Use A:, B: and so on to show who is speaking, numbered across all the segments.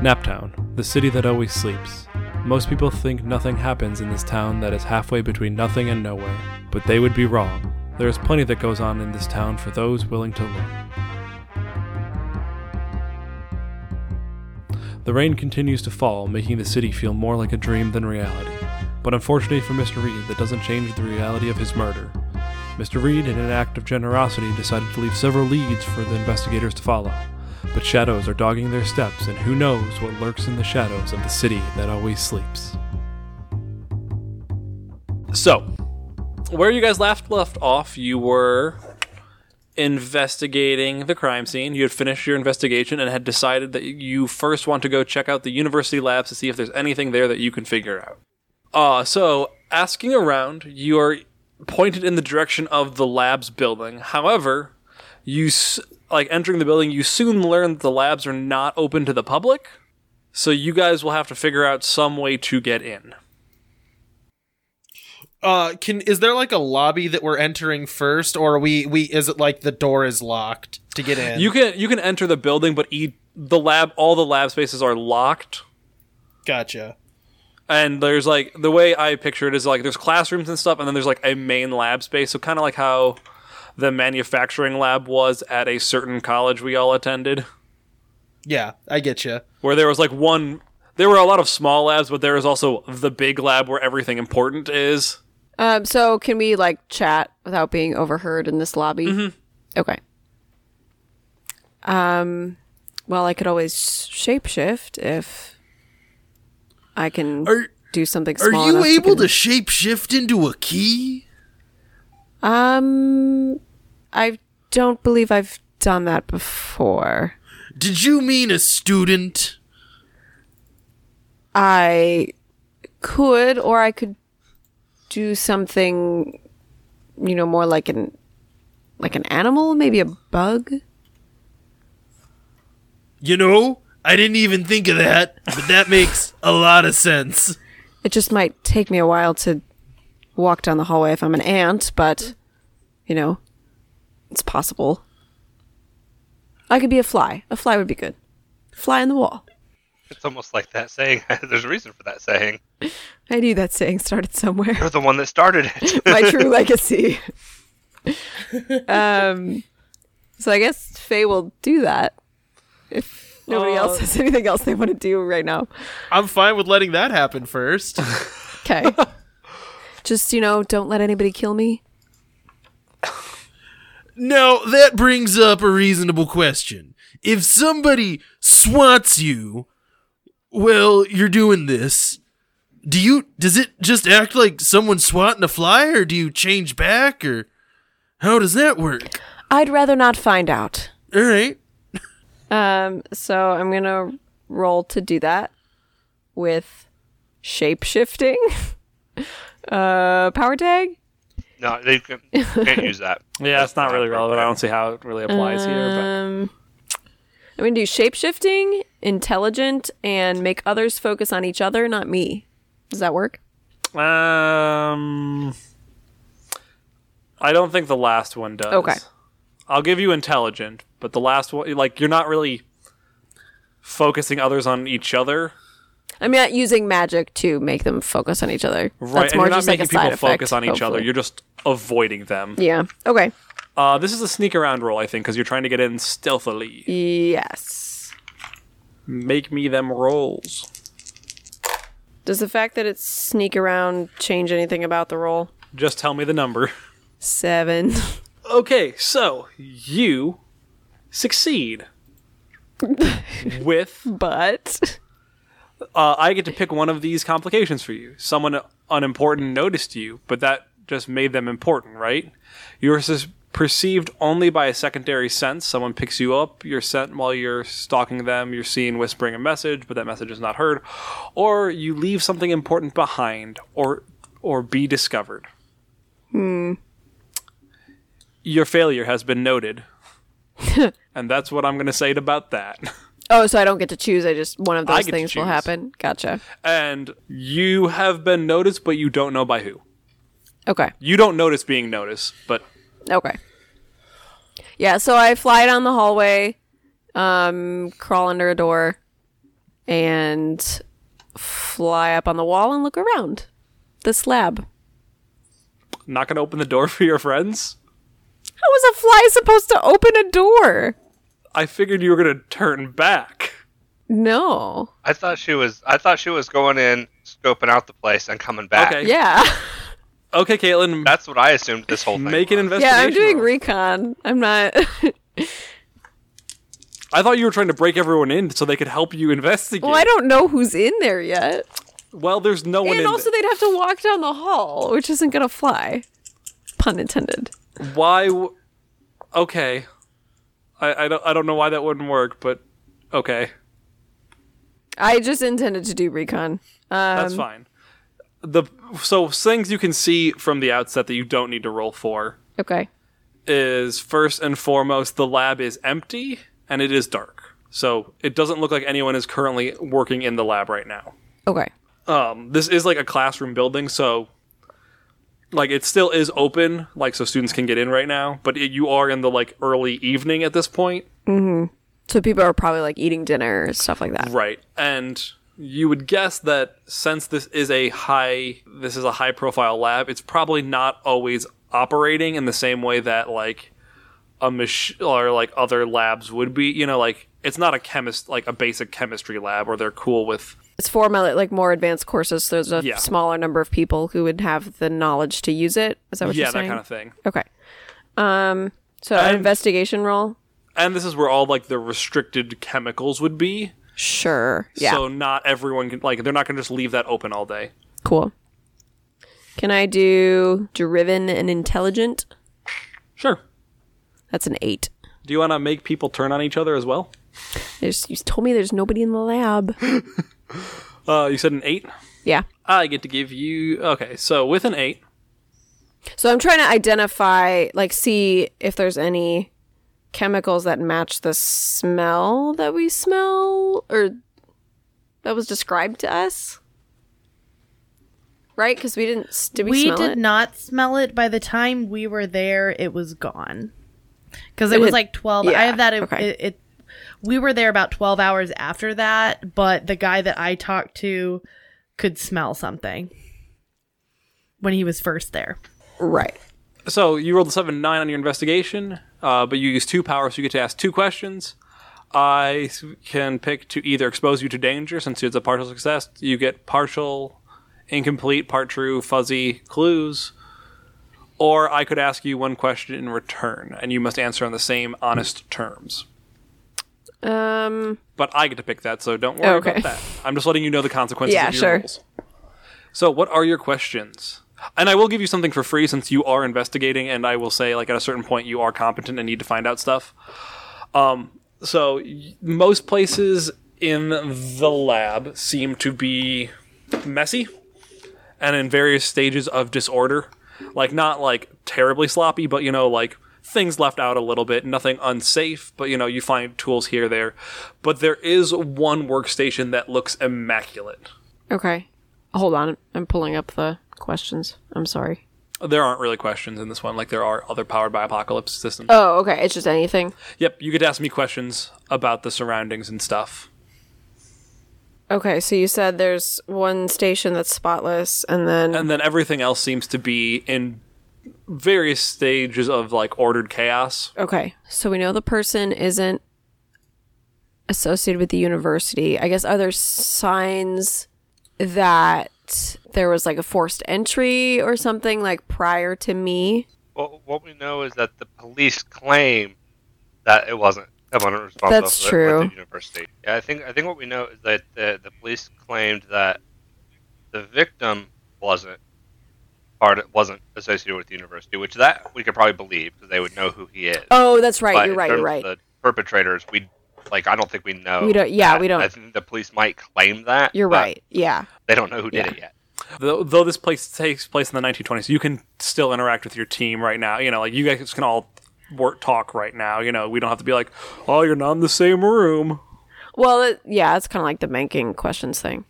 A: Naptown, the city that always sleeps. Most people think nothing happens in this town that is halfway between nothing and nowhere, but they would be wrong. There is plenty that goes on in this town for those willing to look. The rain continues to fall, making the city feel more like a dream than reality. But unfortunately for Mr. Reed, that doesn't change the reality of his murder. Mr. Reed, in an act of generosity, decided to leave several leads for the investigators to follow. But shadows are dogging their steps, and who knows what lurks in the shadows of the city that always sleeps. So, where you guys left left off, you were investigating the crime scene. You had finished your investigation and had decided that you first want to go check out the university labs to see if there's anything there that you can figure out. Uh, so asking around, you are pointed in the direction of the labs building. However, you s- like entering the building, you soon learn that the labs are not open to the public. So you guys will have to figure out some way to get in.
B: Uh, can is there like a lobby that we're entering first, or are we we is it like the door is locked to get in?
A: You can you can enter the building, but e- the lab all the lab spaces are locked.
B: gotcha.
A: And there's like the way I picture it is like there's classrooms and stuff, and then there's like a main lab space. So kind of like how the manufacturing lab was at a certain college we all attended,
B: Yeah, I get you.
A: where there was like one. There were a lot of small labs, but there was also the big lab where everything important is.
C: Um, so can we like chat without being overheard in this lobby?
D: Mm-hmm.
C: Okay. Um, well, I could always shapeshift if I can
D: Are-
C: do something
D: Are
C: small.
D: you
C: enough
D: able
C: con-
D: to shapeshift into a key?
C: Um, I don't believe I've done that before.
D: Did you mean a student?
C: I could, or I could do something, you know, more like an like an animal, maybe a bug.
D: You know, I didn't even think of that, but that makes a lot of sense.
C: It just might take me a while to walk down the hallway if I'm an ant, but you know, it's possible. I could be a fly. A fly would be good. Fly on the wall.
E: It's almost like that saying. There's a reason for that saying.
C: I knew that saying started somewhere.
E: You're the one that started it.
C: My true legacy. um, so I guess Faye will do that if nobody else has anything else they want to do right now.
B: I'm fine with letting that happen first.
C: Okay. just you know, don't let anybody kill me.
D: Now, that brings up a reasonable question. If somebody swats you, well, you're doing this. Do you does it just act like someone swatting a fly or do you change back or how does that work?
C: I'd rather not find out.
D: All right.
C: Um, so I'm gonna roll to do that with shape shifting. uh, power tag.
E: no, they can, can't use that.
A: Yeah, it's not really relevant. I don't see how it really applies here.
C: Um, I'm gonna do shape shifting, intelligent, and make others focus on each other, not me. Does that work? Uh,
A: But um, I don't think the last one does.
C: Okay.
A: I'll give you intelligent, but the last one, like, you're not really focusing others on each other,
C: I'm not using magic to make them focus on each other.
A: right?
C: That's
A: and
C: more
A: you're not
C: just like
A: making
C: a
A: people
C: side
A: focus
C: effect,
A: on each other.
C: hopefully.
A: You're just avoiding them.
C: yeah. Okay.
A: Uh, this is a sneak around roll, I think, because you're trying to get in stealthily.
C: Yes.
A: Make me them rolls.
C: Does the fact that it's sneak around change anything about the roll?
A: Just tell me the number.
C: Seven.
A: Okay, so you succeed with
C: but
A: uh, I get to pick one of these complications for you. Someone unimportant noticed you, but that just made them important, right? You're sus- perceived only by a secondary sense. Someone picks you up, you're sent while you're stalking them, you're seen whispering a message, but that message is not heard, or you leave something important behind, or or be discovered. Hmm. Your failure has been noted. and that's what I'm going to say about that.
C: Oh, so I don't get to choose. I just one of
A: I
C: those
A: get to
C: things will
A: choose.
C: happen. Gotcha.
A: and you have been noticed, but you don't know by who.
C: Okay.
A: You don't notice being noticed, but
C: Okay. Yeah, so I fly down the hallway, um, crawl under a door, and fly up on the wall and look around the slab.
A: Not gonna open the door for your friends.
C: How is a fly supposed to open a door?
A: I figured you were gonna turn back.
C: No.
E: I thought she was. I thought she was going in, scoping out the place, and coming back.
A: Okay.
C: Yeah.
A: Okay, Caitlin,
E: That's what I assumed this whole thing.
A: make an
E: was.
A: investigation.
C: Yeah, I'm doing
A: roll.
C: recon. I'm not.
A: I thought you were trying to break everyone in so they could help you investigate.
C: well, I don't know who's in there yet.
A: Well, there's no one
C: And
A: in
C: also, they'd have to walk down the hall, which isn't going to fly. Pun intended.
A: there. Why? W- okay. I, I don't I don't know why that wouldn't work, but okay,
C: I just intended to do recon.
A: that's
C: Um.
A: fine. The so things you can see from the outset that you don't need to roll for
C: Okay.
A: is first and foremost the lab is empty and it is dark. So it doesn't look like anyone is currently working in the lab right now.
C: Okay.
A: um, this is like a classroom building, so like it still is open, like so students can get in right now. But it, you are in the like early evening at this point,
C: So people are probably like eating dinner or stuff like that.
A: right? And you would guess that since this is a high, this is a high profile lab, it's probably not always operating in the same way that like a mach- or like other labs would be. You know, like it's not a chemist, like a basic chemistry lab where they're cool with
C: It's for my like more advanced courses, so there's a
A: Yeah.
C: smaller number of people who would have the knowledge to use it. Is that what
A: yeah
C: you're
A: that
C: saying?
A: kind of thing.
C: Okay. Um. So
A: And-
C: an investigation roll.
A: and this is where all like the restricted chemicals would be.
C: Sure. Yeah.
A: So not everyone can like they're not gonna just leave that open all day.
C: cool. Can I do driven and intelligent?
A: Sure.
C: That's an eight.
A: Do you wanna make people turn on each other as well?
C: There's, you told me there's nobody in the lab.
A: Uh you said an eight?
C: Yeah.
A: I get to give you okay, so with an eight.
C: So I'm trying to identify, like, see if there's any chemicals that match the smell that we smell or that was described to us. Right? Because we didn't. s- Did we,
F: we
C: smell
F: did
C: it?
F: not smell it by the time we were there it was gone because it,
C: It
F: was
C: had-
F: like 12 i
C: yeah,
F: have that it,
C: okay.
F: it, it- we were there about 12 hours after that but the guy that i talked to could smell something when he was first there
C: Right.
A: So you rolled a seven nine on your investigation, uh, but you use two power, so you get to ask two questions. I s- can pick to either expose you to danger, since it's a partial success. You get partial, incomplete, part true, fuzzy clues, or I could ask you one question in return, and you must answer on the same honest terms.
C: Um. Oh,
A: But I get to pick that, so don't worry
C: Okay.
A: about that. I'm just letting you know the consequences
C: Yeah,
A: of your
C: sure.
A: rules. So, what are your questions? And I will give you something for free since you are investigating, and I will say, like, at a certain point, you are competent and need to find out stuff. Um, so, y- most places in the lab seem to be messy and in various stages of disorder. Like, not like terribly sloppy, but you know, like things left out a little bit, nothing unsafe, but you know, you find tools here, there. But there is one workstation that looks immaculate.
C: Okay. Hold on. I'm pulling up the questions. I'm sorry.
A: There aren't really questions in this one, like there are other powered by apocalypse systems.
C: Oh, okay. It's just anything.
A: Yep, you could ask me questions about the surroundings and stuff.
C: Okay. So you said there's one station that's spotless, and then
A: And then everything else seems to be in various stages of like ordered chaos.
C: Okay. So we know the person isn't associated with the university. I guess are there signs that there was like a forced entry or something like prior to me?
E: What, what we know is that the police claim that it wasn't. That wasn't responsible
C: That's
E: for the- for
C: true.
E: The university. Yeah, I think I think what we know is that the, the police claimed that the victim wasn't part wasn't associated with the university, which that we could probably believe because they would know who he is.
C: Oh, that's right.
E: But
C: you're
E: in
C: right. You're
E: terms
C: right.
E: of The perpetrators, we like. I don't think we know.
C: We don't- yeah,
E: that.
C: we don't-
E: I think the police might claim that.
C: You're
E: but
C: right. Yeah.
E: They don't know who did
C: Yeah.
E: it yet.
A: Though, though this place takes place in the 1920s, you can still interact with your team right now. You know, like you guys can all work talk right now. You know, we don't have to be like, oh, you're not in the same room.
C: Well, it, yeah, it's kind of like the banking questions thing.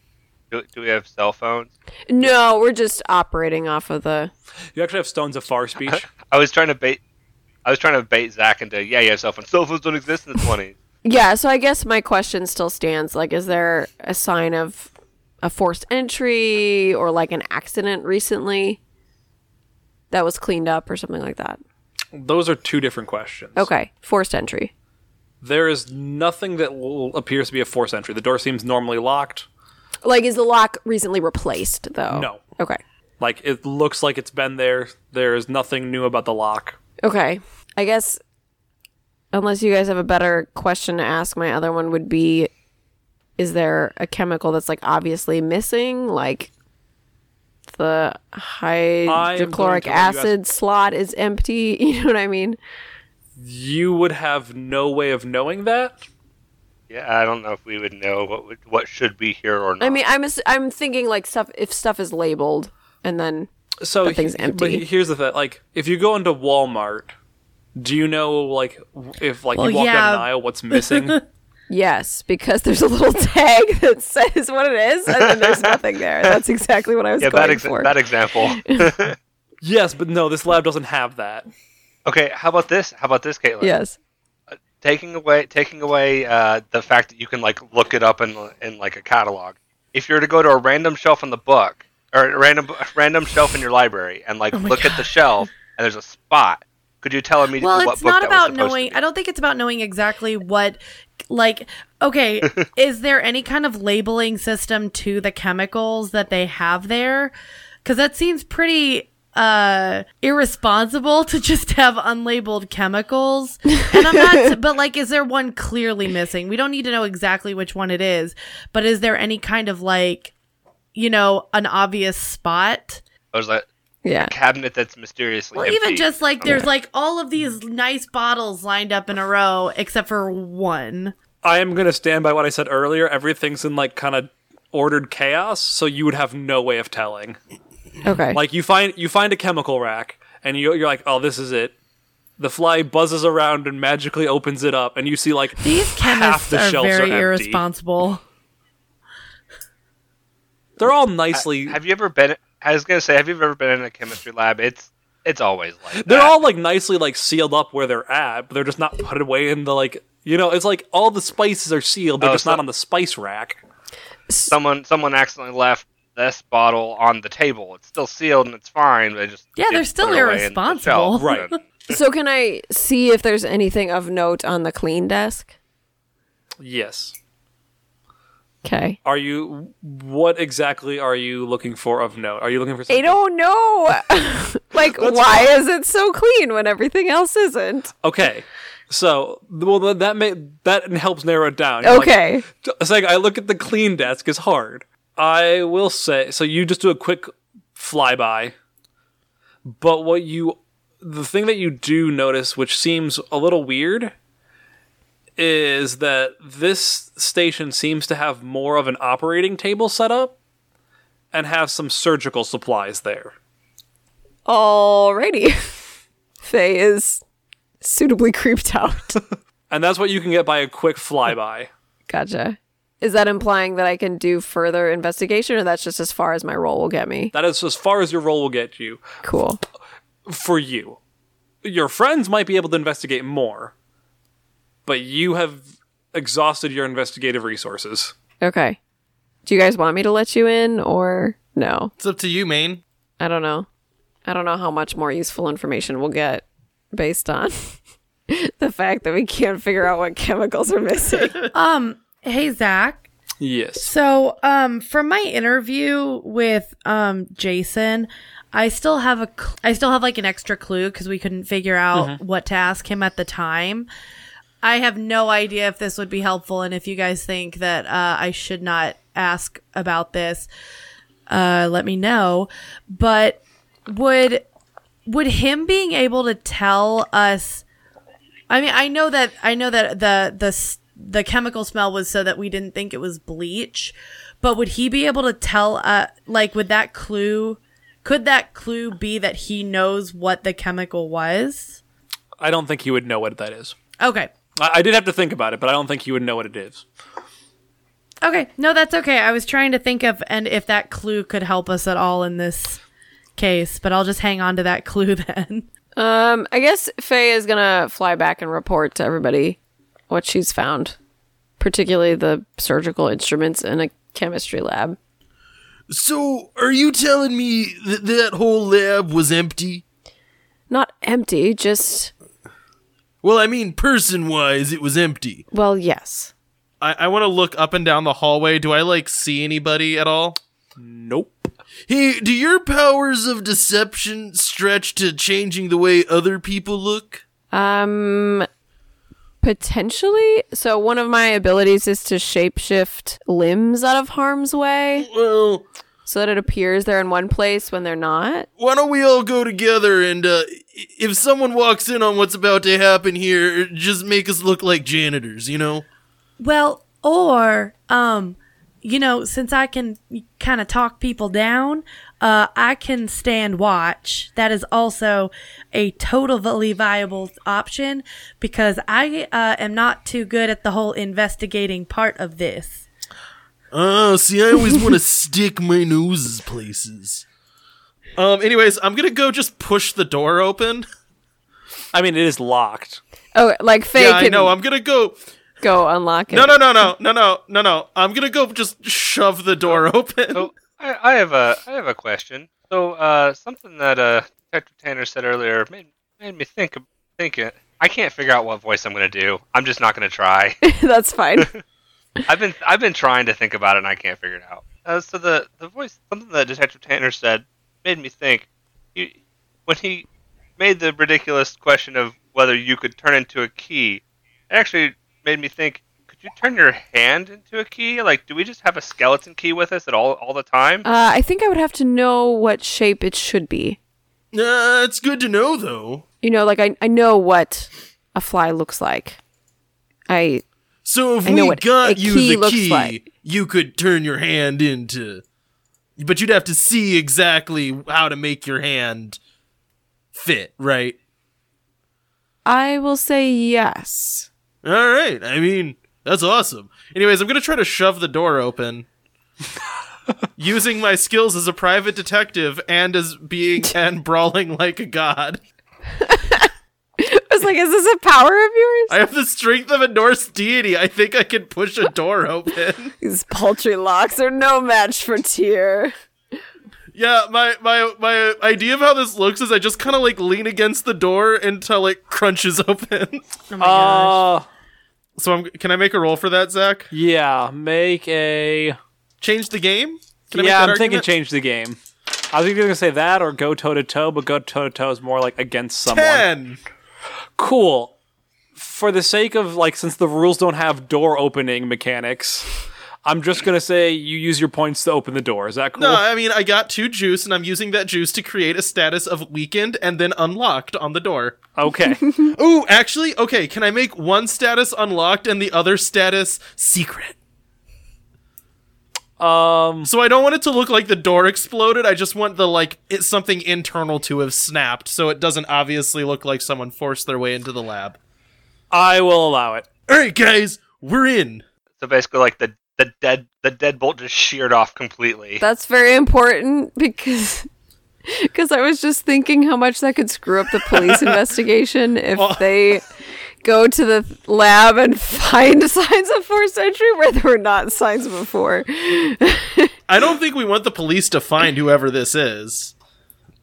E: Do, do we have cell phones?
C: No, we're just operating off of the
A: You actually have stones of far speech.
E: Uh-huh. I was trying to bait. I was trying to bait Zach into yeah, yeah, cell phones. Cell phones don't exist in the twenties.
C: Yeah, so I guess my question still stands. Like, is there a sign of a forced entry or like an accident recently that was cleaned up or something like that?
A: Those are two different questions.
C: Okay, forced entry.
A: There is nothing that l- appears to be a force entry. The door seems normally locked.
C: Like, is the lock recently replaced though?
A: No.
C: Okay.
A: Like it looks like it's been there. There is nothing new about the lock.
C: Okay. I guess unless you guys have a better question to ask, my other one would be is there a chemical that's like obviously missing? Like the
A: I'm going
C: hydrochloric
A: to let you
C: acid slot is empty, you know what I mean?
A: You would have no way of knowing that.
E: Yeah, I don't know if we would know what would, what should be here or not.
C: I mean, I'm ass- I'm thinking like stuff if stuff is labeled and then
A: So
C: That thing's
A: he- But
C: empty.
A: he- here's the thing: like, if you go into Walmart, do you know like w- if like
F: Well,
A: you walk down
F: yeah.
A: an aisle, what's missing?
C: yes, because there's a little tag that says what it is and then there's nothing there. That's exactly what I was
E: yeah,
C: going
E: bad, ex-
C: for.
E: bad example.
A: yes, but no, this lab doesn't have that.
E: okay, how about this? How about this, Caitlin?
C: yes.
E: Taking away taking away uh, the fact that you can like look it up in in like a catalog. If you were to go to a random shelf in the book or a random a random shelf in your library and
A: Oh
E: like look at the shelf and there's a spot, could you tell immediately
F: Well,
E: what
F: it's
E: book
F: not
E: that
F: about
E: was supposed
F: knowing.
E: to
F: I
E: be?
F: don't think it's about knowing exactly what, like, okay, is there any kind of labeling system to the chemicals that they have there? Because that seems pretty uh irresponsible to just have unlabeled chemicals and i'm not but like is there one clearly missing we don't need to know exactly which one it is but is there any kind of like you know an obvious spot
E: There's a
C: Yeah.
E: cabinet that's mysteriously
F: well,
E: empty.
F: even just like there's like all of these nice bottles lined up in a row, except for one.
A: I am gonna stand by what I said earlier. Everything's in like kind of ordered chaos, so you would have no way of telling.
C: Okay.
A: Like you find you find a chemical rack, and you, you're like, oh, this is it. The fly buzzes around and magically opens it up, and you see like
F: These
A: half
F: chemists
A: the
F: are
A: shelves
F: very
A: are empty.
F: irresponsible.
A: They're all nicely.
E: Have you ever been? I was gonna say, have you ever been in a chemistry lab? It's it's always like
A: they're
E: that.
A: all like nicely like sealed up where they're at, but they're just not put away in the like you know, it's like all the spices are sealed, they're
E: Oh,
A: just
E: so-
A: not on the spice rack.
E: someone someone accidentally left this bottle on the table. It's still sealed and it's fine. They just
F: Yeah, they're
E: just
F: still
E: put it away in the
F: irresponsible.
E: shelf.
A: Right.
C: So can I see if there's anything of note on the clean desk?
A: Yes.
C: Okay.
A: Are you what exactly are you looking for of note? Are you looking for
C: I
A: something?
C: don't know. like, why is it so clean when everything else isn't?
A: Okay. So, well th- that may that helps narrow it down. You're like,
C: Okay.
A: t- saying I look at the clean desk is hard. I will say so you just do a quick flyby. But what you the thing that you do notice which seems a little weird is that this station seems to have more of an operating table set up and have some surgical supplies there.
C: Alrighty. Faye is suitably creeped out.
A: And that's what you can get by a quick flyby.
C: gotcha. Is that implying that I can do further investigation, or that's just as far as my role will get me?
A: That is as far as your role will get you.
C: Cool.
A: for you. Your friends might be able to investigate more, but you have exhausted your investigative resources.
C: Okay. Do you guys want me to let you in, or no?
B: It's up to you, Maine.
C: I don't know. I don't know how much more useful information we'll get based on the fact that we can't figure out what chemicals are missing.
F: Hey Zach.
A: Yes.
F: So, um, from my interview with um Jason, I still have a cl- I still have like an extra clue because we couldn't figure out what to ask him at the time. I have no idea if this would be helpful, and if you guys think that uh, I should not ask about this, uh, let me know. But would would him being able to tell us? I mean, I know that I know that the the s- the chemical smell was so that we didn't think it was bleach, but would he be able to tell? Uh, like, would that clue? Could that clue be that he knows what the chemical was?
A: I don't think he would know what that is.
F: Okay,
A: I, I did have to think about it, but I don't think he would know what it is.
F: Okay, no, that's okay. I was trying to think of and if that clue could help us at all in this case, but I'll just hang on to that clue then.
C: Um, I guess Faye is gonna fly back and report to everybody what she's found, particularly the surgical instruments in a chemistry lab.
G: So, are you telling me that that whole lab was empty?
C: Not empty, just,
G: Well, I mean, person wise, it was empty.
C: well, yes.
D: I, I want to look up and down the hallway. Do I like see anybody at all?
A: Nope.
G: Hey, do your powers of deception stretch to changing the way other people look?
C: Um, potentially. So one of my abilities is to shapeshift limbs out of harm's way,
G: Well,
C: so that it appears they're in one place when they're not.
G: why don't we all go together and uh, i- if someone walks in on what's about to happen here, just make us look like janitors, you know?
F: Well, or um, you know, since I can kind of talk people down, uh, I can stand watch. That is also a totally viable option because I uh, am not too good at the whole investigating part of this.
G: Oh, see, I always want to stick my noses places.
D: Um. Anyways, I'm gonna go just push the door open.
A: I mean, it is locked.
C: Oh, like Faye
D: yeah, I
C: can
D: know. I'm gonna go.
C: go unlock it.
D: No, no, no, no, no, no, no, no. I'm gonna go just shove the door open.
G: Oh,
E: So I, I have a I have a question. So uh, something that uh, Detective Tanner said earlier made, made me think think it. I can't figure out what voice I'm gonna do. I'm just not gonna try.
C: That's fine. Uh,
E: I've been I've been trying to think about it and I can't figure it out. Uh, so the the voice something that Detective Tanner said made me think. He, when he made the ridiculous question of whether you could turn into a key, it actually made me think. Could you turn your hand into a key? Like, do we just have a skeleton key with us at all all the time?
C: Uh, I think I would have to know what shape it should be.
G: Uh, it's good to know, though.
C: You know, like I, I know what a fly looks like. I
G: So if
C: I know
G: we
C: what
G: got
C: a
G: you
C: key
G: the
C: looks
G: key,
C: like.
G: you could turn your hand into. But you'd have to see exactly how to make your hand fit, right?
C: I will say yes.
G: All right. I mean, that's awesome.
D: Anyways, I'm gonna try to shove the door open. Using my skills as a private detective and as being and brawling like a god.
C: I was like, is this a power of yours?
D: I have the strength of a Norse deity. I think I can push a door open.
C: These paltry locks are no match for Tyr.
D: Yeah, my my my idea of how this looks is I just kind of like lean against the door until it crunches open.
F: Oh my gosh.
A: Uh,
D: So I'm can I make a roll for that, Zach?
A: yeah. Make a.
D: Change the game? Can I make
A: yeah,
D: that
A: I'm thinking
D: argument?
A: change the game. I was either gonna say that or go toe to toe, but go toe to toe is more like against someone.
D: Ten.
A: Cool. For the sake of like, since the rules don't have door opening mechanics, I'm just gonna say you use your points to open the door. Is that cool?
D: No, I mean I got two juice, and I'm using that juice to create a status of weakened and then unlocked on the door.
A: okay.
D: Ooh, actually, okay. Can I make one status unlocked and the other status secret? Um. So I don't want it to look like the door exploded. I just want the like it's something internal to have snapped, so it doesn't obviously look like someone forced their way into the lab.
A: I will allow it.
G: All right, guys, we're in.
E: So basically, like the the dead the deadbolt just sheared off completely.
C: That's very important because because I was just thinking how much that could screw up the police investigation if they go to the lab and find signs of forced entry where there were not signs before.
D: I don't think we want the police to find whoever this is.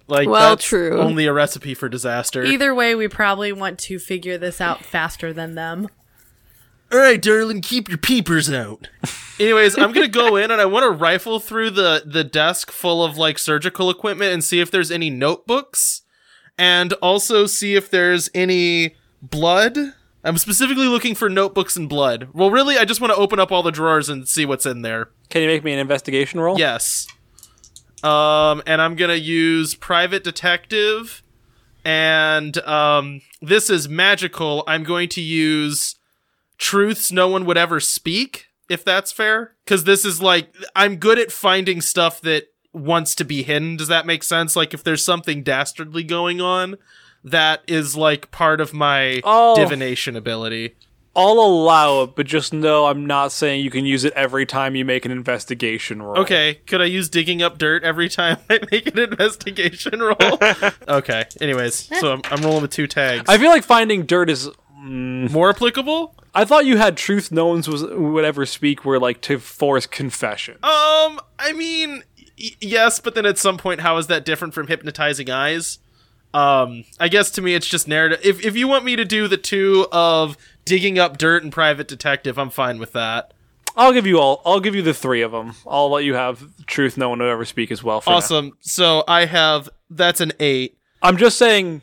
D: Like,
C: Well,
D: that's
C: true.
D: Only a recipe for disaster.
F: Either way, we probably want to figure this out faster than them.
G: All right, darling, keep your peepers out.
D: Anyways, I'm gonna go in and I want to rifle through the the desk full of like surgical equipment and see if there's any notebooks, and also see if there's any blood. I'm specifically looking for notebooks and blood. Well, really, I just want to open up all the drawers and see what's in there.
A: Can you make me an investigation roll?
D: Yes. Um, and I'm gonna use private detective, and um, this is magical. I'm going to use truths no one would ever speak, if that's fair. Because this is like I'm good at finding stuff that wants to be hidden. Does that make sense? Like if there's something dastardly going on, that is like part of my
A: Oh.
D: divination ability.
A: I'll allow it, but just know I'm not saying you can use it every time you make an investigation roll.
D: Okay, could I use digging up dirt every time I make an investigation roll? okay. Anyways, so I'm, I'm rolling with two tags.
A: I feel like finding dirt is mm,
D: More applicable?
A: I thought you had truth no one's was would ever speak were like to force confession.
D: Um, I mean, y- yes, but then at some point, how is that different from hypnotizing eyes? Um, I guess to me, it's just narrative. If if you want me to do the two of digging up dirt and private detective, I'm fine with that.
A: I'll give you all. I'll give you the three of them. I'll let you have truth no one would ever speak as well. For now.
D: Awesome. So I have that's an eight.
A: I'm just saying.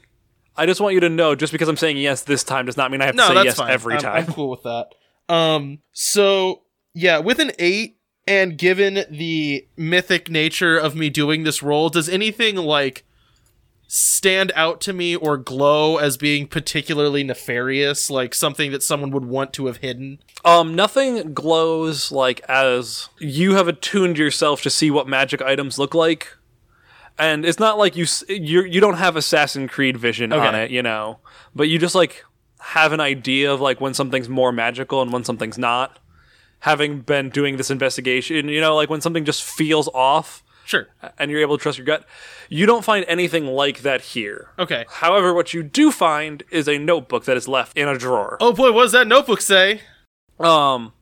A: I just want you to know. Just because I'm saying yes this time does not mean I have to
D: No,
A: say
D: that's
A: yes
D: fine.
A: every
D: I'm-
A: time.
D: I'm cool with that. Um, so yeah, with an eight, and given the mythic nature of me doing this role, does anything like stand out to me or glow as being particularly nefarious, like something that someone would want to have hidden?
A: Um, nothing glows like as you have attuned yourself to see what magic items look like, and it's not like you s- you you don't have Assassin Creed vision on
D: Okay.
A: it, you know, but you just like have an idea of like when something's more magical and when something's not. Having been doing this investigation, you know, like when something just feels off
D: Sure.
A: and you're able to trust your gut, you don't find anything like that here.
D: Okay.
A: However, what you do find is a notebook that is left in a drawer.
D: Oh boy, what does that notebook say?
A: Um,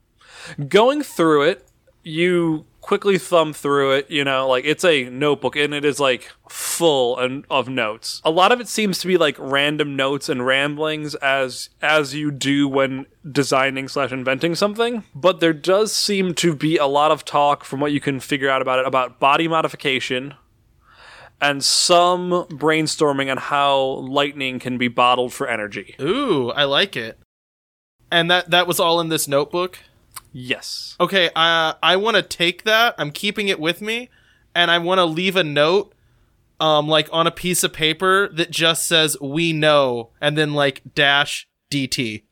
A: going through it, you quickly thumb through it. You know, like it's a notebook, and it is like full and of notes. A lot of it seems to be like random notes and ramblings, as as you do when designing slash inventing something. But there does seem to be a lot of talk, from what you can figure out about it, about body modification. And some brainstorming on how lightning can be bottled for energy.
D: Ooh, I like it. And that that was all in this notebook.
A: Yes.
D: Okay, uh, I want to take that. I'm keeping it with me, and I want to leave a note, um, like on a piece of paper that just says "We know," and then like dash DT.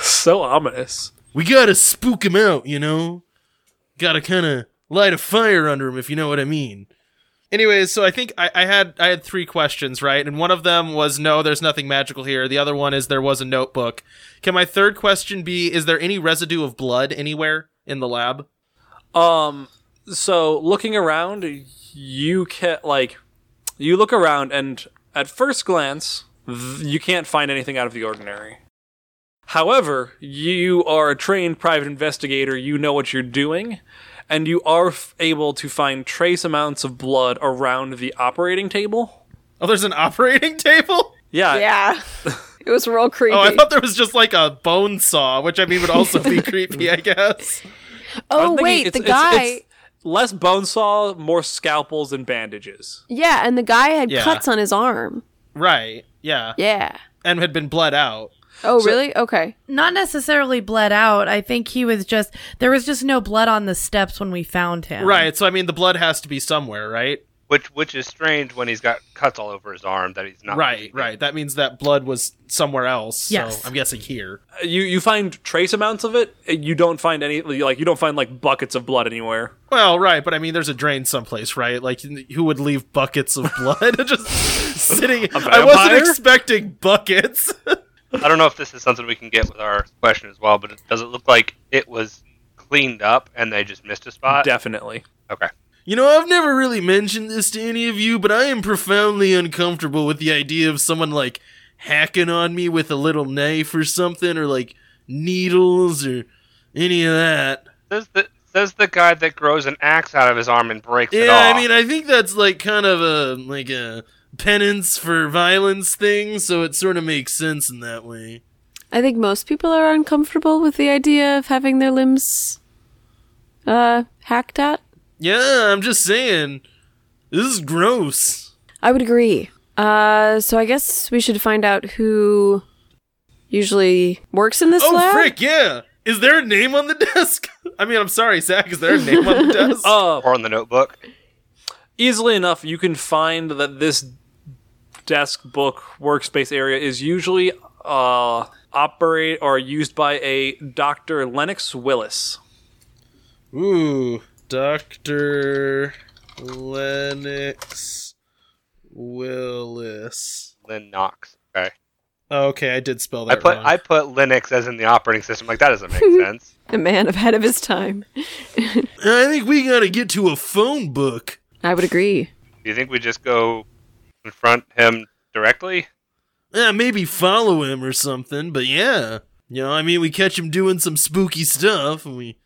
A: So ominous.
H: We gotta spook him out, you know? Gotta kinda light a fire under him, if you know what I mean.
D: Anyways, so I think I, I had I had three questions, right? And one of them was no, there's nothing magical here. The other one is there was a notebook. Can my third question be is there any residue of blood anywhere in the lab?
A: Um. So looking around, you can like, you look around, and at first glance, th- you can't find anything out of the ordinary. However, you are a trained private investigator. You know what you're doing, and you are f- able to find trace amounts of blood around the operating table.
D: Oh, there's an operating table.
A: Yeah.
C: Yeah. it was real creepy.
D: Oh, I thought there was just like a bone saw, which I mean would also be creepy, I guess.
A: I'm
C: oh
A: thinking
C: wait,
A: it's-
C: the
A: it's-
C: guy.
A: it's less bone saw, more scalpels and bandages.
C: yeah, and the guy had
D: Yeah.
C: cuts on his arm.
D: Right. Yeah.
C: Yeah.
D: And had been bled out.
C: Oh really? Okay.
F: Not necessarily bled out. I think he was just there was just no blood on the steps when we found him.
D: Right. So I mean the blood has to be somewhere, right?
E: Which which is strange when he's got cuts all over his arm that he's not
D: right,
E: bleeding.
D: right. That means that blood was somewhere else.
F: Yes.
D: So I'm guessing here.
A: You you find trace amounts of it. You don't find any like you don't find like buckets of blood anywhere.
D: Well, right, but I mean there's a drain someplace, right? Like n- who would leave buckets of blood just sitting I wasn't
A: vampire?
D: expecting buckets.
E: I don't know if this is something we can get with our question as well, but it, does it look like it was cleaned up and they just missed a spot?
A: Definitely.
E: okay.
H: You know, I've never really mentioned this to any of you, but I am profoundly uncomfortable with the idea of someone like hacking on me with a little knife or something, or like needles or any of that.
E: Says the says the guy that grows an axe out of his arm and breaks it
H: Yeah,
E: off.
H: I mean, I think that's like kind of a like a penance for violence thing, so it sort of makes sense in that way.
C: I think most people are uncomfortable with the idea of having their limbs uh hacked at.
H: Yeah, I'm just saying, this is gross.
C: I would agree. Uh so I guess we should find out who usually works in this
D: oh
C: lab.
D: frick, yeah. Is there a name on the desk? I mean, I'm sorry, Zach, is there a name on the desk?
A: Uh,
E: or in the notebook.
A: easily enough, you can find that this desk, book, workspace area is usually uh, operate or used by a Dr. Lennox Willis.
D: Ooh, Dr. Lennox Willis.
E: Lynn Knox. Okay.
D: Okay, I did spell
E: I
D: that
E: put
D: wrong.
E: I put Linux as in the operating system. Like that doesn't make sense.
C: A man ahead of his time.
H: I think we gotta get to a phone book.
C: I would agree.
E: Do you think we just go confront him directly?
D: eh, maybe follow him or something. But yeah, you know, I mean, we catch him doing some spooky stuff, and we,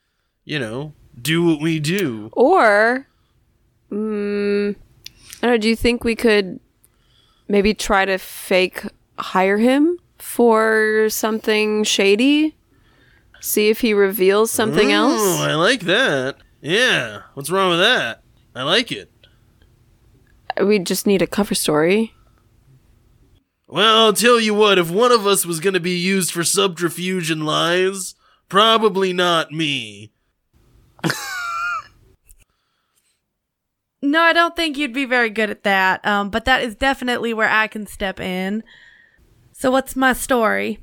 D: you know, do what we do.
C: Or, mm, I don't know. Do you think we could maybe try to fake hire him for something shady? See if he reveals something
D: Oh,
C: else.
D: I like that. Yeah, what's wrong with that? I like it.
C: We just need a cover story.
D: Well, I'll tell you what, if one of us was going to be used for subterfuge and lies, probably not me.
F: No, I don't think you'd be very good at that. Um, but that is definitely where I can step in. So what's my story?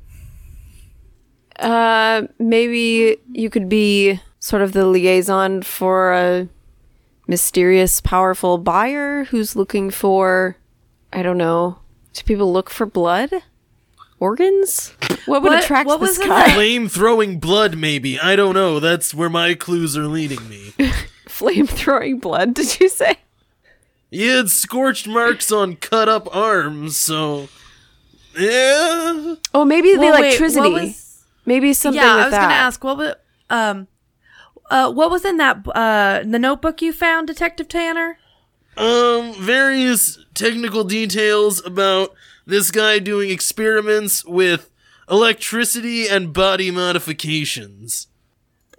C: Uh, maybe you could be sort of the liaison for a mysterious, powerful buyer who's looking for, I don't know, do people look for blood? Organs? What would
F: What-
C: attract
F: what
C: this
F: was in
C: guy?
D: Flame throwing blood, maybe. I don't know. That's where my clues are leading me.
C: Flame throwing blood, did you say?
D: He had scorched marks on cut up arms, so. Yeah.
C: Oh, maybe
F: Well,
C: the
F: wait, what
C: electricity.
F: was-
C: maybe something
F: yeah,
C: with
F: I was
C: that.
F: gonna ask what was um, uh, what was in that uh the notebook you found, Detective Tanner?
D: Um, various technical details about this guy doing experiments with electricity and body modifications.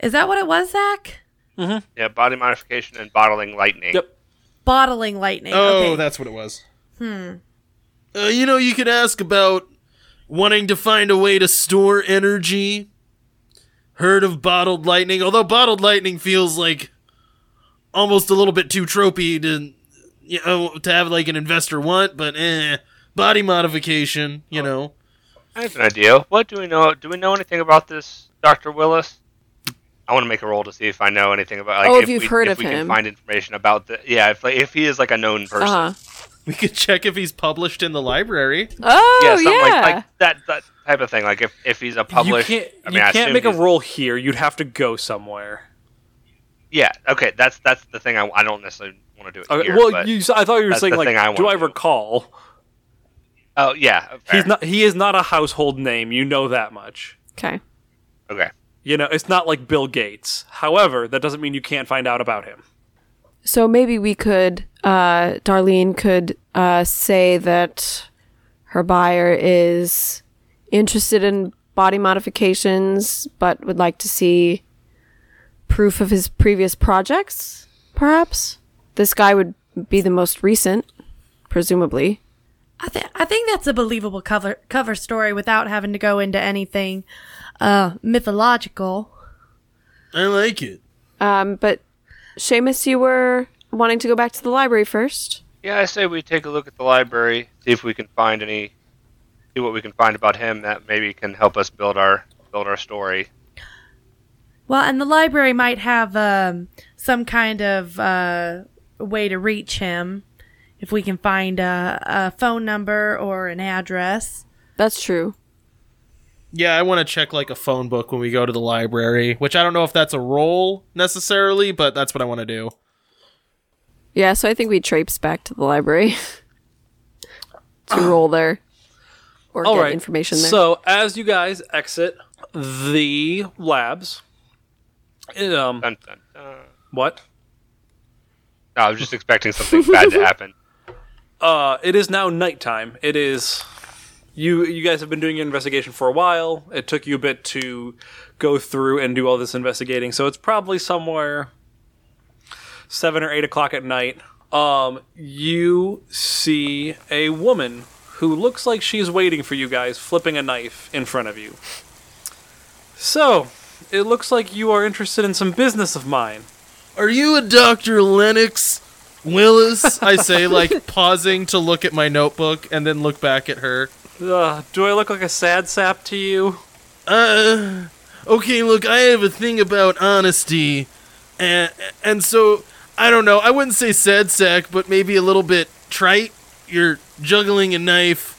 F: Is that what it was, Zach?
E: Yeah, body modification and bottling lightning.
A: Yep.
F: Bottling lightning.
B: Oh,
F: okay.
B: that's what it was.
D: Uh, you know, you could ask about wanting to find a way to store energy. Heard of bottled lightning, although bottled lightning feels like almost a little bit too tropey to you know to have like an investor want, but eh, body modification, you
B: Oh.
D: know.
E: I have an idea. What do we know? Do we know anything about this Dr. Willis? I want to make a roll to see if I know anything about. Like,
C: Oh, if
E: we-
C: you've heard
E: if
C: of
E: we
C: him.
E: can find information about the. Yeah, if like, if he is like a known person.
C: Uh-huh.
B: We could check if he's published in the library.
C: Oh,
E: Yeah,
C: yeah.
E: something like, like that that type of thing. Like if, if he's a published.
A: you can't,
E: I mean,
A: you
E: I
A: can't
E: assume
A: make a
E: he's-
A: roll here. You'd have to go somewhere.
E: Yeah. Okay. That's that's the thing. I, I don't necessarily want to do it
A: Okay,
E: here.
A: Uh, well,
E: but-
A: you, I thought you were
E: that's
A: saying
E: the thing I
A: like, do
E: wanna
A: I
E: do.
A: recall?
E: oh yeah. fair.
A: He's not. He is not a household name. You know that much.
C: okay.
E: Okay.
A: You know, it's not like Bill Gates. However, that doesn't mean you can't find out about him.
C: So maybe we could, uh, Darlene could uh, say that her buyer is interested in body modifications, but would like to see proof of his previous projects, perhaps? This guy would be the most recent, presumably.
F: I think I think that's a believable cover cover story without having to go into anything uh mythological.
D: I like it.
C: Um, but Seamus, you were wanting to go back to the library first.
E: Yeah, I say we take a look at the library, see if we can find any, see what we can find about him that maybe can help us build our build our story.
F: Well, and the library might have um, some kind of uh, way to reach him if we can find a, a phone number or an address.
C: That's true.
B: Yeah, I want to check like a phone book when we go to the library, which I don't know if that's a role necessarily, but that's what I want to do.
C: Yeah, so I think we traipse back to the library to roll there or
A: All right,
C: get information there.
A: So as you guys exit the labs, um,
E: Dun, dun, dun.
A: what?
E: No, I was just expecting something bad to happen.
A: Uh, it is now nighttime. It is you. You guys have been doing your investigation for a while. It took you a bit to go through and do all this investigating, so it's probably somewhere seven or eight o'clock at night. Um, you see a woman who looks like she's waiting for you guys, flipping a knife in front of you. So, it looks like you are interested in some business of mine.
D: Are you a Dr. Lennox Willis?
B: I say like pausing to look at my notebook and then look back at her.
A: Uh, do I look like a sad sap to you?
D: Uh, okay, look, I have a thing about honesty, and and so I don't know. I wouldn't say sad sack, but maybe a little bit trite. You're juggling a knife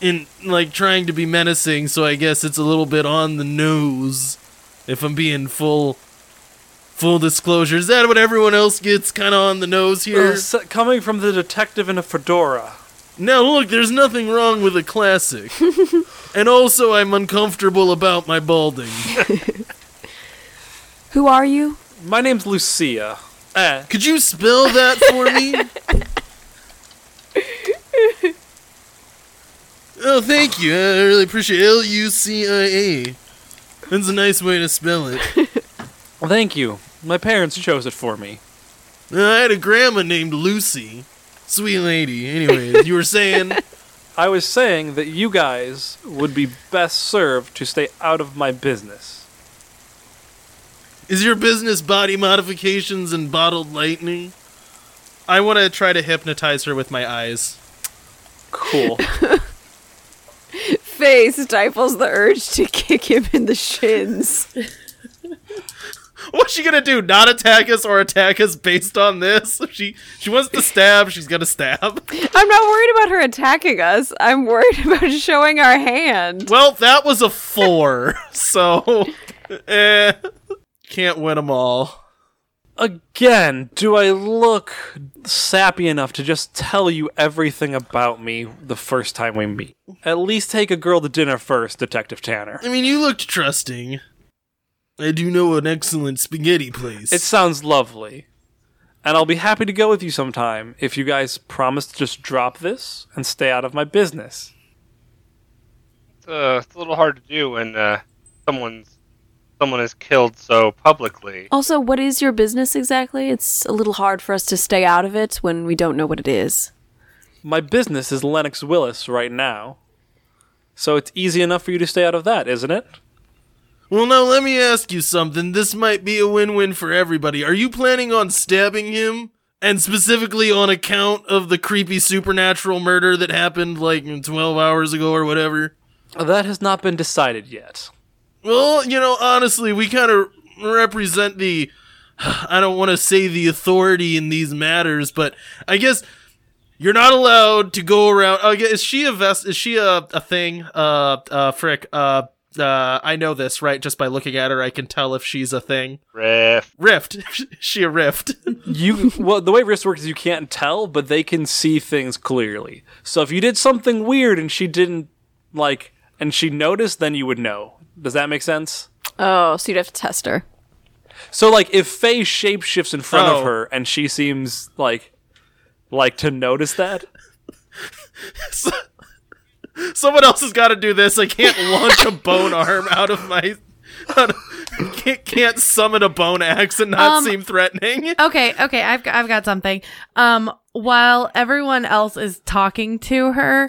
D: and like trying to be menacing, so I guess it's a little bit on the nose. If I'm being full full disclosure, is that what everyone else gets? Kind of on the nose here.
A: Uh, s- coming from the detective in a fedora.
D: Now look, there's nothing wrong with a classic. and also I'm uncomfortable about my balding.
C: Who are you?
A: My name's Lucia. Eh.
D: Could you spell that for me? oh, thank you. I really appreciate it. L U C I A. That's a nice way to spell it.
A: Well, thank you. My parents chose it for me.
D: Uh, I had a grandma named Lucy. Sweet lady. Anyways, you were saying
A: I was saying that you guys would be best served to stay out of my business.
D: Is your business body modifications and bottled lightning?
B: I want to try to hypnotize her with my eyes.
A: Cool.
C: Faye stifles the urge to kick him in the shins.
B: What's she gonna do? Not attack us or attack us based on this? If she she wants to stab. She's gonna stab.
C: I'm not worried about her attacking us. I'm worried about showing our hand.
B: Well, that was a four, so eh, can't win them all.
A: Again, do I look sappy enough to just tell you everything about me the first time we meet? At least take a girl to dinner first, Detective Tanner.
D: I mean, you looked trusting. I do know an excellent spaghetti place.
A: It sounds lovely. And I'll be happy to go with you sometime if you guys promise to just drop this and stay out of my business.
E: It's, uh, it's a little hard to do when uh, someone's someone is killed so publicly.
C: Also, what is your business exactly? It's a little hard for us to stay out of it when we don't know what it is.
A: My business is Lennox Willis right now. So it's easy enough for you to stay out of that, isn't it?
D: well, now let me ask you something. This might be a win-win for everybody. Are you planning on stabbing him? And specifically on account of the creepy supernatural murder that happened like 12 hours ago or whatever?
A: That has not been decided yet.
D: Well, you know, honestly, we kind of represent the. I don't want to say the authority in these matters, but I guess you're not allowed to go around. Oh, yeah, is she a vest? Is she a, a thing?
B: Uh, uh, frick. Uh, uh, I know this right. Just by looking at her, I can tell if she's a thing.
E: Riff.
B: Rift. Is she a rift.
A: You well, the way wrist works is you can't tell, but they can see things clearly. So if you did something weird and she didn't like, and she noticed, then you would know. Does that make sense?
C: Oh, so you'd have to test her.
A: So like, if Faye shapeshifts in front
B: Oh.
A: of her and she seems like, like to notice that,
B: Someone else has got to do this. I can't launch a bone arm out of my. Out of, can't, can't summon a bone axe and not
F: Um,
B: seem threatening.
F: Okay, okay, I've got, I've got something. Um, while everyone else is talking to her,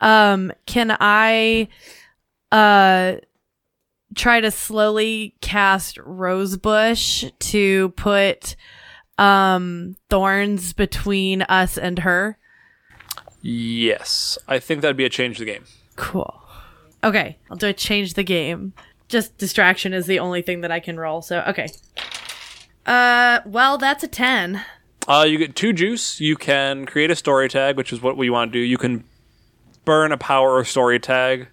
F: um, can I, uh, try to slowly cast Rosebush to put, um, thorns between us and her?
A: yes, I think that'd be a change to the game.
F: Cool. Okay, I'll do a change the game. Just distraction is the only thing that I can roll. So okay. Uh, well, that's a ten.
A: Uh, you get two juice. You can create a story tag, which is what we want to do. You can burn a power or story tag.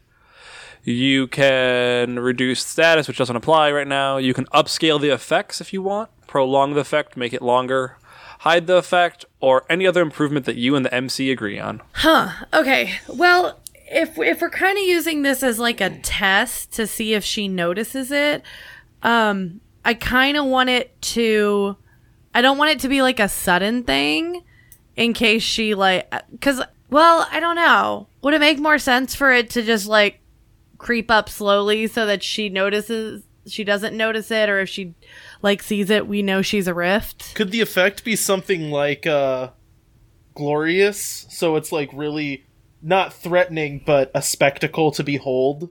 A: You can reduce status, which doesn't apply right now. You can upscale the effects if you want, prolong the effect, make it longer, hide the effect, or any other improvement that you and the MC agree on.
F: Okay. Well, if if we're kind of using this as like a test to see if she notices it, um, I kind of want it to. I don't want it to be like a sudden thing, in case she like, uh, cause well, I don't know. Would it make more sense for it to just like creep up slowly so that she notices she doesn't notice it, or if she like sees it, we know she's a rift.
B: Could the effect be something like uh, glorious? So it's like really not threatening, but a spectacle to behold.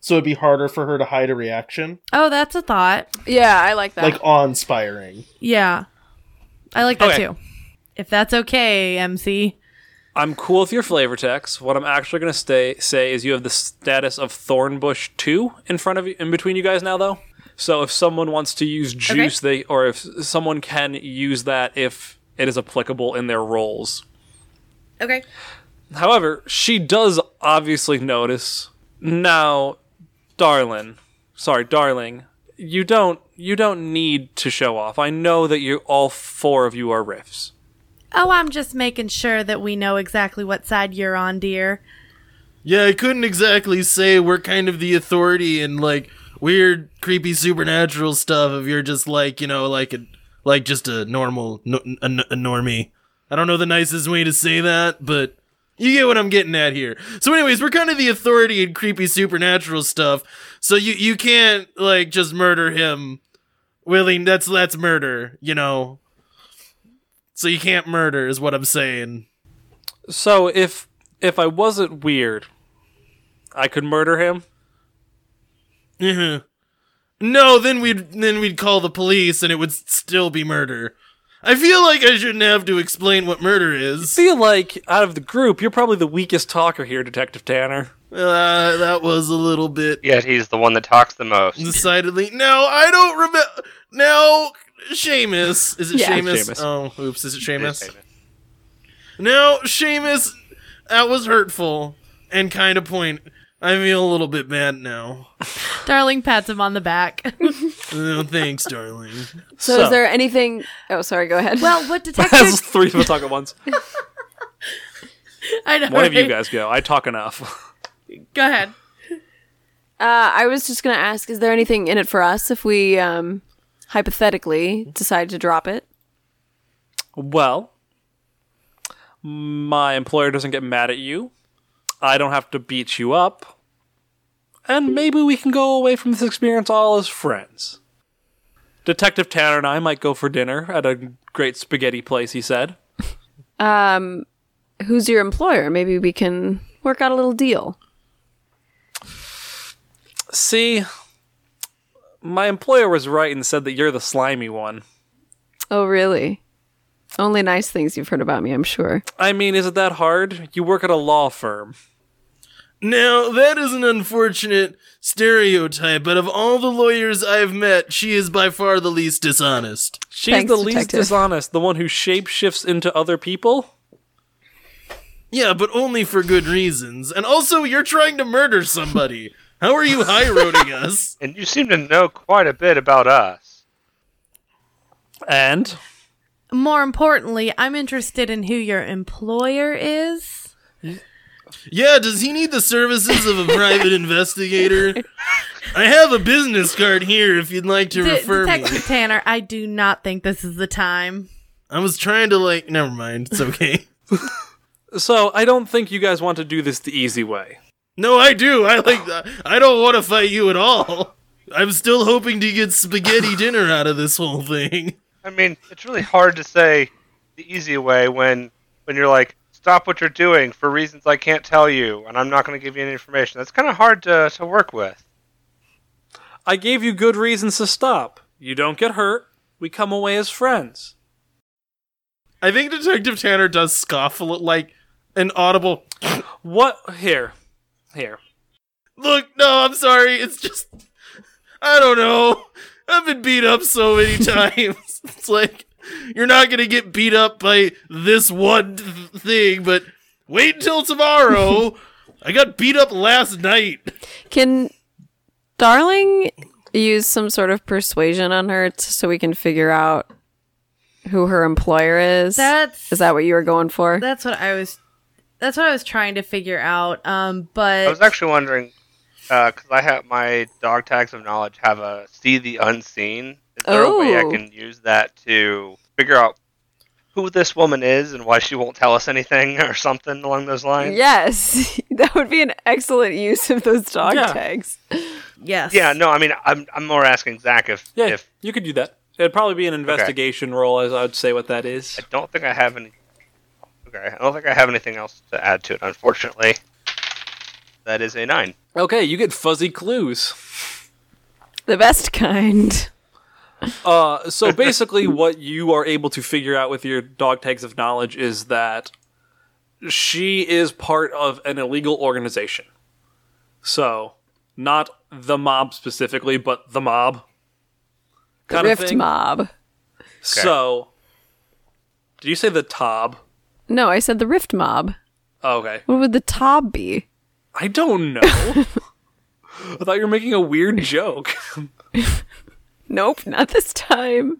B: So it'd be harder for her to hide a reaction,
F: Oh, that's a thought.
C: Yeah, I like that.
B: like awe-inspiring.
F: Yeah. I like that
A: Okay.
F: too. If that's okay, MC.
A: I'm cool with your flavor text. What I'm actually going to stay say is you have the status of Thornbush 2 in front of you, in between you guys now though. So if someone wants to use juice they or if someone can use that if it is applicable in their roles.
F: Okay.
A: However, she does obviously notice. Now, darling, sorry, darling, you don't you don't need to show off. I know that you all four of you are riffs.
F: Oh, I'm just making sure that we know exactly what side you're on, dear.
D: Yeah, I couldn't exactly say we're kind of the authority in like weird, creepy supernatural stuff. If you're just like you know, like a like just a normal no, a, a normie. I don't know the nicest way to say that, but you get what I'm getting at here. So, anyways, we're kind of the authority in creepy supernatural stuff. So you you can't like just murder him, Willie. That's that's murder, you know. So you can't murder is what I'm saying.
A: So if if I wasn't weird, I could murder him.
D: Mhm. No, then we'd then we'd call the police and it would s- still be murder. I feel like I shouldn't have to explain what murder is.
A: Feel like out of the group, you're probably the weakest talker here, Detective Tanner.
D: Uh, that was a little bit
E: Yet he's the one that talks the most.
D: decidedly. No, I don't remember. Now, Seamus. Is it
C: Yeah.
D: Seamus?
A: Seamus.
D: Oh, oops. Is it Seamus?
E: Famous.
D: No, Seamus. That was hurtful and kind of point. I feel a little bit bad now.
F: Darling pats him on the back.
D: Oh, thanks, darling.
C: So, is there anything? Oh, sorry. Go ahead.
F: well, what
A: That's
F: detective?
A: three of us talk at once.
F: I know.
A: One of you
F: right?
A: guys go. I talk enough.
F: Go ahead.
C: uh, I was just gonna ask: Is there anything in it for us if we um, hypothetically decide to drop it?
A: well, my employer doesn't get mad at you. I don't have to beat you up. And maybe we can go away from this experience all as friends. Detective Tanner and I might go for dinner at a great spaghetti place, he said.
C: Um, who's your employer? Maybe we can work out a little deal.
A: See, my employer was right and said that you're the slimy one.
C: Oh, really? Only nice things you've heard about me, I'm sure.
A: I mean, is it that hard? You work at a law firm.
D: Now, that is an unfortunate stereotype, but of all the lawyers I've met, she is by far the least dishonest.
A: She's
C: Thanks,
A: the least
C: detective.
A: dishonest, the one who shapeshifts into other people.
D: Yeah, but only for good reasons. And also, you're trying to murder somebody. How are you high roading us?
E: And you seem to know quite a bit about us.
A: And
F: More importantly, I'm interested in who your employer is.
D: Yeah, does he need the services of a private investigator? I have a business card here if you'd like to
F: De-
D: refer me.
F: Detective Tanner, I do not think this is the time.
D: I was trying to, like, never mind, it's okay.
A: so I don't think you guys want to do this the easy way.
D: No, I do. I like that. I don't want to fight you at all. I'm still hoping to get spaghetti dinner out of this whole thing.
E: I mean, it's really hard to say the easy way when when you're like, stop what you're doing for reasons I can't tell you, and I'm not going to give you any information. That's kind of hard to, to work with.
A: I gave you good reasons to stop. You don't get hurt. We come away as friends.
D: I think Detective Tanner does scoff a little, like an audible.
A: What? Here. Here.
D: Look, no, I'm sorry. It's just I don't know. I've been beat up so many times. it's like you're not gonna get beat up by this one th- thing, but wait until tomorrow. I got beat up last night.
C: Can Darling use some sort of persuasion on her t- so we can figure out who her employer is?
F: That's
C: is that what you were going for?
F: that's what I was that's what I was trying to figure out. Um,
E: I was
F: but
E: actually wondering because I have my dog tags of knowledge have a see the unseen. Is there a way
C: Oh.
E: I can use that to figure out who this woman is and why she won't tell us anything or something along those lines?
C: Yes, that would be an excellent use of those dog
A: Yeah.
C: tags.
F: yes,
E: Yeah, no, I mean, I'm, I'm more asking Zach if,
A: Yeah,
E: if
A: you could do that. It'd probably be an investigation roll, as I'd say what that is.
E: I don't think I have any. Okay, I don't think I have anything else to add to it, unfortunately. That is a nine.
A: Okay, you get fuzzy clues.
C: The best kind.
A: Uh, so basically, what you are able to figure out with your dog tags of knowledge is that she is part of an illegal organization. So, not the mob specifically, but the mob.
C: The
A: Kind of
C: Rift
A: thing.
C: Mob.
A: So, did you say the Tob?
C: No, I said the Rift Mob.
A: Oh, okay.
C: What would the Tob be?
A: I don't know. I thought you were making a weird joke.
C: Nope, not this time.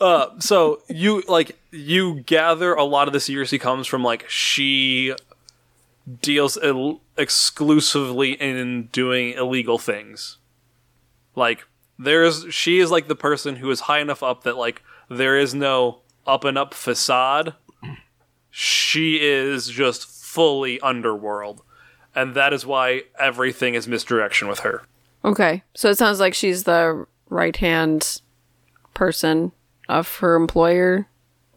A: Uh, so you like you gather a lot of this secrecy comes from like she deals el- exclusively in doing illegal things. Like there's she is like the person who is high enough up that like there is no up and up facade. She is just fully underworld. And that is why everything is misdirection with her.
C: Okay. So it sounds like she's the right hand person of her employer.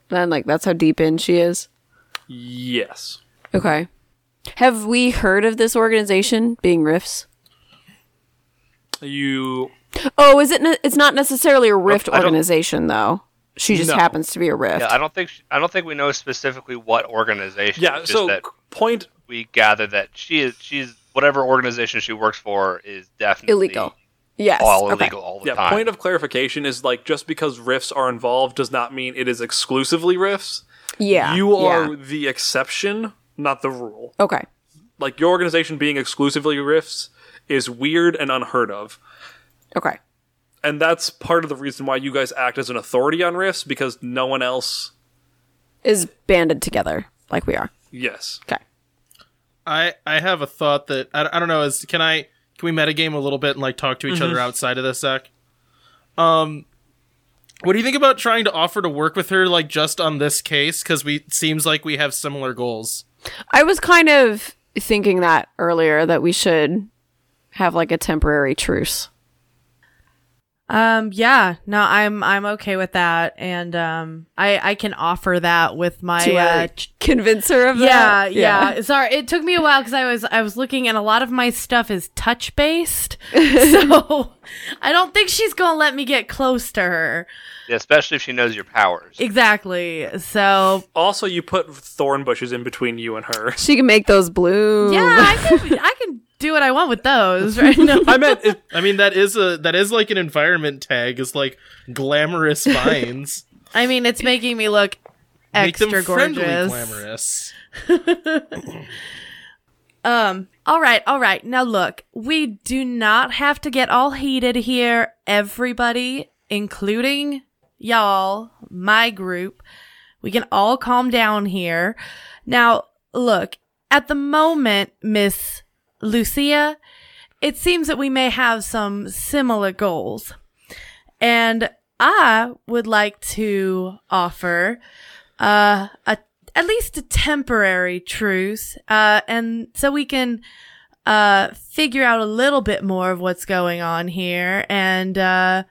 C: Then, like, that's how deep in she is.
A: Yes.
C: Okay. Have we heard of this organization being Rifts?
A: You
C: Oh, is it? Ne- it's not necessarily a Rift
E: I don't-
C: organization, though. She just
A: No.
C: happens to be a Rift.
E: Yeah, I don't think sh I don't think we know specifically what organization.
A: Yeah,
E: it's just
A: so
E: that
A: point
E: we gather that she is she's whatever organization she works for is definitely
C: illegal. Yes.
E: all
C: okay.
E: illegal all the
A: yeah,
E: time.
A: point of clarification is like just because riffs are involved does not mean it is exclusively riffs.
C: Yeah.
A: you are
C: yeah.
A: the exception, not the rule.
C: Okay.
A: Like your organization being exclusively riffs is weird and unheard of.
C: Okay.
A: And that's part of the reason why you guys act as an authority on riffs because no one else
C: Is banded together like we are.
A: yes.
C: Okay.
B: I I have a thought that I, I don't know. Is can I can we metagame a little bit and like talk to each
A: Mm-hmm.
B: other outside of this sec? Um, what do you think about trying to offer to work with her like just on this case because we seems like we have similar goals.
C: I was kind of thinking that earlier that we should have like a temporary truce.
F: Um yeah, no I'm I'm okay with that and um I I can offer that with my
C: to
F: uh,
C: uh, convince her of
F: yeah,
C: that.
F: yeah, Sorry, it took me a while because I was I was looking, and a lot of my stuff is touch based, so I don't think she's gonna let me get close to her.
E: Yeah, especially if she knows your powers.
F: Exactly. So
A: Also you put thorn bushes in between you and her.
C: She can make those bloom.
F: yeah, I can I can do what I want with those right now.
A: I meant it,
B: I mean that is a that is like an environment tag is like glamorous vines.
F: I mean, it's making me look
B: Make
F: extra
B: them friendly
F: gorgeous.
B: glamorous.
F: Um. All right. All right. Now look, we do not have to get all heated here. Everybody, including y'all, my group, we can all calm down here. Now look, at the moment, Miss Lucia, it seems that we may have some similar goals, and I would like to offer uh, a at least a temporary truce, uh, and so we can uh, figure out a little bit more of what's going on here, and uh,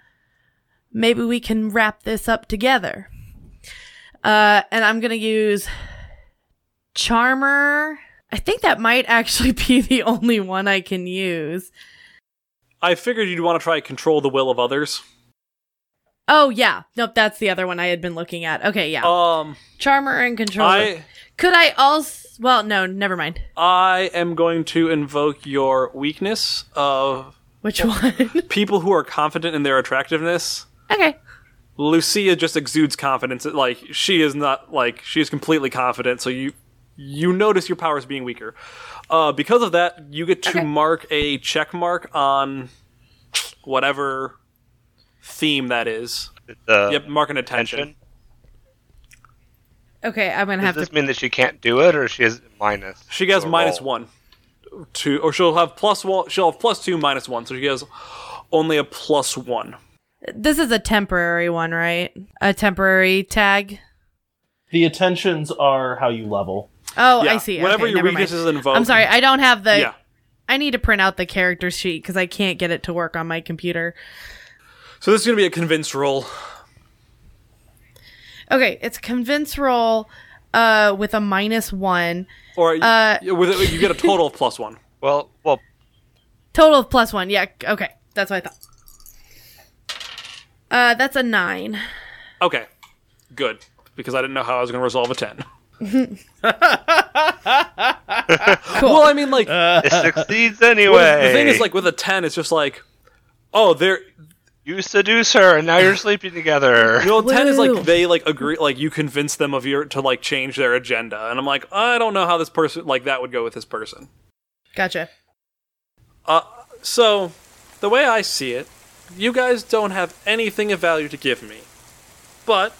F: maybe we can wrap this up together. Uh, and I'm gonna use Charmer. I think that might actually be the only one I can use.
A: I figured you'd want to try control the will of others.
F: Oh yeah, nope, that's the other one I had been looking at. Okay, yeah,
A: Um
F: Charmer and Controller.
A: I
F: Could I also? Well, no, never mind.
A: I am going to invoke your weakness of
F: Which one?
A: people who are confident in their attractiveness.
F: okay.
A: Lucia just exudes confidence. Like she is not like she is completely confident. So you you notice your powers being weaker. Uh, because of that, you get to mark a check mark on whatever theme that is.
E: The
A: Yep, mark an attention.
E: tension.
F: Okay, I'm gonna
E: Does
F: have to.
E: this mean that she can't do it, or she has minus?
A: She has
E: to a
A: minus
E: roll?
A: one, two, or she'll have plus one. She'll have plus two, minus one. So she has only a plus one.
F: This is a temporary one, right? A temporary tag.
B: The attentions are how you level.
F: Oh,
A: Yeah,
F: I see.
A: whenever
F: okay,
A: your
F: never
A: weakness
F: mind.
A: is invoked-
F: I'm sorry, I don't have the.
A: yeah.
F: I need to print out the character sheet because I can't get it to work on my computer.
A: So this is gonna be a convinced roll.
F: Okay, it's convince roll, uh, with a minus one,
A: Or
F: Uh,
A: with you get a total of plus one.
E: Well, well,
F: total of plus one. Yeah, okay, that's what I thought. Uh, that's a nine.
A: Okay, good. Because I didn't know how I was going to resolve a ten. Well, I mean, like
E: it succeeds
A: the-
E: anyway.
A: the thing is, like with a ten, it's just like, oh, they're
E: you seduce her, and now you're sleeping together.
A: you know, ten is
F: Woo.
A: like they like agree, like you convince them of your to like change their agenda, and I'm like, I don't know how this person like that would go with this person.
F: Gotcha.
A: So, the way I see it, you guys don't have anything of value to give me. But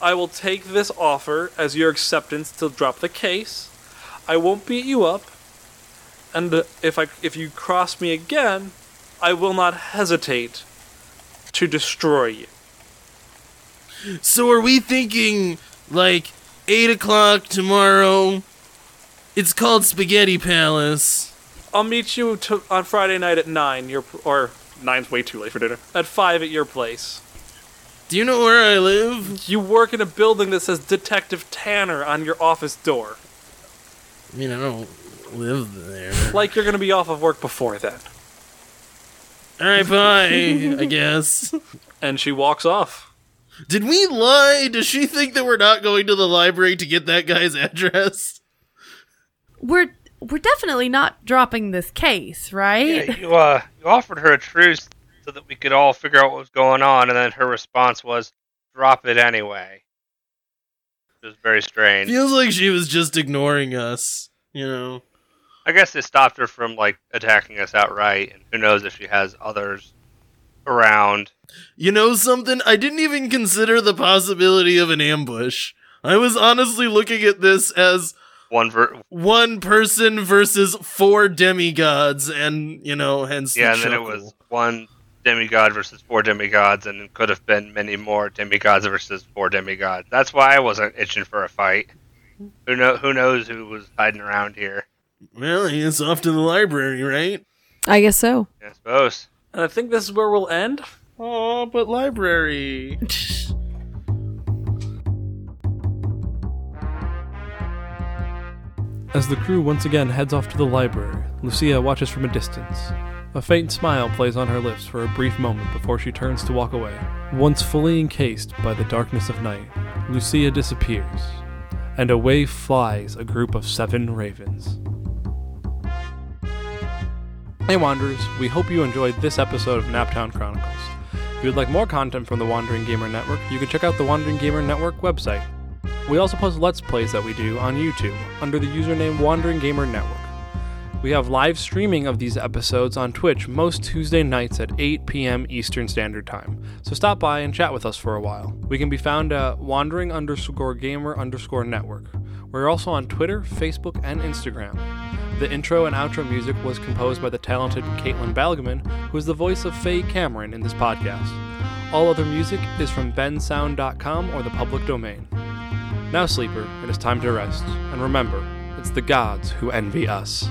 A: I will take this offer as your acceptance to drop the case. I won't beat you up, and uh, if I if you cross me again, I will not hesitate to destroy you.
D: So are we thinking like eight o'clock tomorrow? It's called Spaghetti Palace.
A: I'll meet you to, on Friday night at nine. Your or nine's way too late for dinner. At five at your place.
D: Do you know where I live?
A: You work in a building that says Detective Tanner on your office door.
D: I mean, I don't live there.
A: Like you're gonna be off of work before then.
D: All right, bye. I guess.
A: And she walks off.
D: Did we lie? Does she think that we're not going to the library to get that guy's address?
F: We're we're definitely not dropping this case, right?
E: Yeah, you uh, you offered her a truce so that we could all figure out what was going on, and then her response was, "Drop it anyway." It was very strange.
D: Feels like she was just ignoring us. You know.
E: I guess it stopped her from like attacking us outright, and who knows if she has others around.
D: You know something? I didn't even consider the possibility of an ambush. I was honestly looking at this as
E: One ver-
D: one person versus four demigods, and you know, hence the
E: yeah, and then it
D: chuckle.
E: was one demigod versus four demigods, and it could have been many more demigods versus four demigods. That's why I wasn't itching for a fight. Who know? Who knows who was hiding around here?
D: Well, he's off to the library, right?
C: I guess so.
E: I suppose.
A: And I think this is where we'll end.
B: Oh, but library.
A: As the crew once again heads off to the library, Lucia watches from a distance. A faint smile plays on her lips for a brief moment before she turns to walk away. Once fully encased by the darkness of night, Lucia disappears, and away flies a group of seven ravens. Hey Wanderers, we hope you enjoyed this episode of Naptown Chronicles. If you'd like more content from the Wandering Gamer Network, you can check out the Wandering Gamer Network website we also post Let's Plays that we do on YouTube under the username Wandering Gamer Network. We have live streaming of these episodes on Twitch most Tuesday nights at 8 p.m. Eastern Standard Time, so stop by and chat with us for a while. We can be found at wandering underscore gamer underscore network. We're also on Twitter, Facebook, and Instagram. The intro and outro music was composed by the talented Caitlin Balgaman, who is the voice of Faye Cameron in this podcast. All other music is from bensound.com or the public domain. Now, sleeper, it is time to rest, and remember, it's the gods who envy us.